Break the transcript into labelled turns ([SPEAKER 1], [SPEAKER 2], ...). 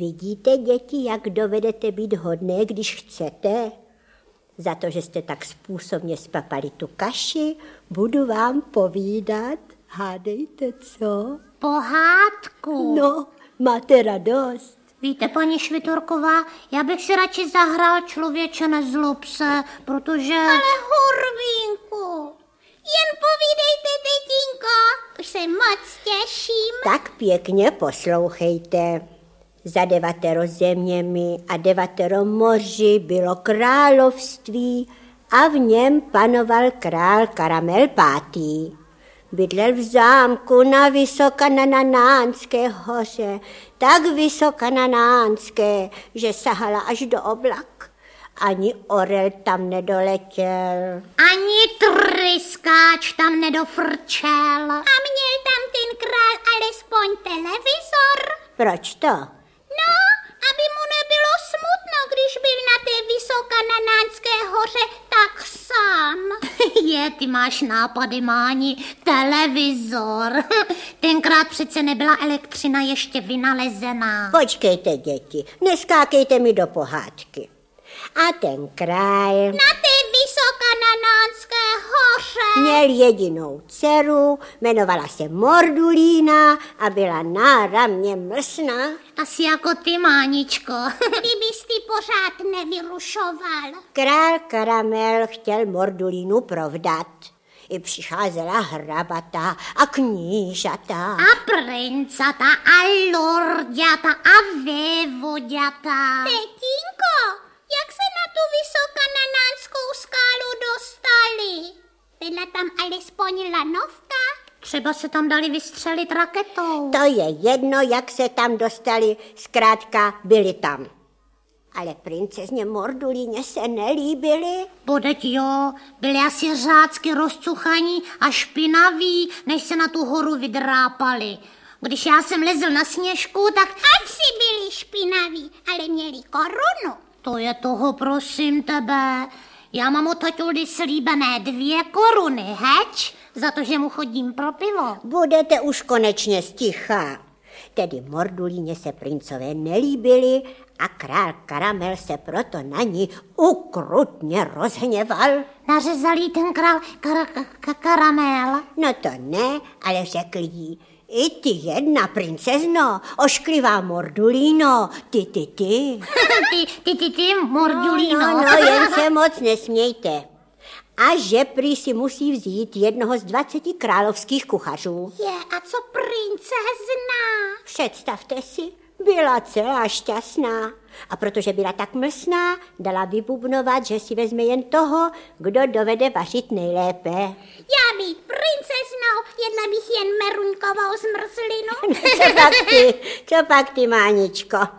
[SPEAKER 1] Vidíte, děti, jak dovedete být hodné, když chcete? Za to, že jste tak způsobně spapali tu kaši, budu vám povídat, hádejte co?
[SPEAKER 2] Pohádku.
[SPEAKER 1] No, máte radost.
[SPEAKER 2] Víte, paní Švitorková, já bych si radši zahrál člověče nezlob se, protože...
[SPEAKER 3] Ale Hurvínku, jen povídejte, tetínko, už se moc těším.
[SPEAKER 1] Tak pěkně poslouchejte. Za devatero zeměmi a devatero moři bylo království a v něm panoval král Karamel V. Bydlel v zámku na Vysokananánské hoře, tak Vysokananánské, že sahala až do oblak. Ani orel tam nedoletěl.
[SPEAKER 2] Ani tryskáč tam nedofrčel.
[SPEAKER 3] A měl tam ten král alespoň televizor.
[SPEAKER 1] Proč to?
[SPEAKER 3] No, aby mu nebylo smutno, když byl na té vysokananánské hoře tak sám.
[SPEAKER 2] Je, ty máš nápady, Máni. Televizor. Tenkrát přece nebyla elektřina ještě vynalezená.
[SPEAKER 1] Počkejte, děti, neskákejte mi do pohádky. A ten král
[SPEAKER 3] Na té vysokananánské hoře.
[SPEAKER 1] měl jedinou dceru, jmenovala se Mordulína a byla náramně mlsná.
[SPEAKER 2] Asi jako ty, Máničko.
[SPEAKER 3] Kdyby jsi pořád nevyrušoval.
[SPEAKER 1] Král Karamel chtěl Mordulínu provdat. I přicházela hrabata a knížata.
[SPEAKER 2] A princata, a lordiata, a vévoděta.
[SPEAKER 3] Tetínko, jak se na tu vysokanananskou skálu dostali? Byla tam alespoň lanovka?
[SPEAKER 2] Třeba se tam dali vystřelit raketou.
[SPEAKER 1] To je jedno, jak se tam dostali, zkrátka byli tam. Ale princezně Mordulíně se nelíbili.
[SPEAKER 2] Podeď jo, byli asi řácky rozcuchaní a špinaví, než se na tu horu vydrápali. Když já jsem lezl na sněžku, tak
[SPEAKER 3] Ať si byli špinaví, ale měli korunu.
[SPEAKER 2] to je toho, prosím tebe. Já mám od taťuldy slíbené dvě koruny, heč? Za to, že mu chodím pro pivo.
[SPEAKER 1] Budete už konečně sticha. Tedy Mordulíně se princové nelíbili a král Karamel se proto na ní ukrutně rozhněval.
[SPEAKER 2] Nařezal jí ten král kar- ka- karamel.
[SPEAKER 1] No to ne, ale řekl jí, i ty jedna, princezno, ošklivá Mordulíno, ty, ty, ty.
[SPEAKER 2] ty, ty, ty, ty, mordulíno.
[SPEAKER 1] No, no, jen se moc nesmějte. A že prý si musí vzít jednoho z 20 královských kuchařů.
[SPEAKER 3] Je, a co princezna?
[SPEAKER 1] Představte si, byla celá šťastná. A protože byla tak mlsná, dala vybubnovat, že si vezme jen toho, kdo dovede vařit nejlépe.
[SPEAKER 3] Já být princeznou, jedla bych jen meruňkovou zmrzlinu.
[SPEAKER 1] Co pak ty, co pak ty, Máničko?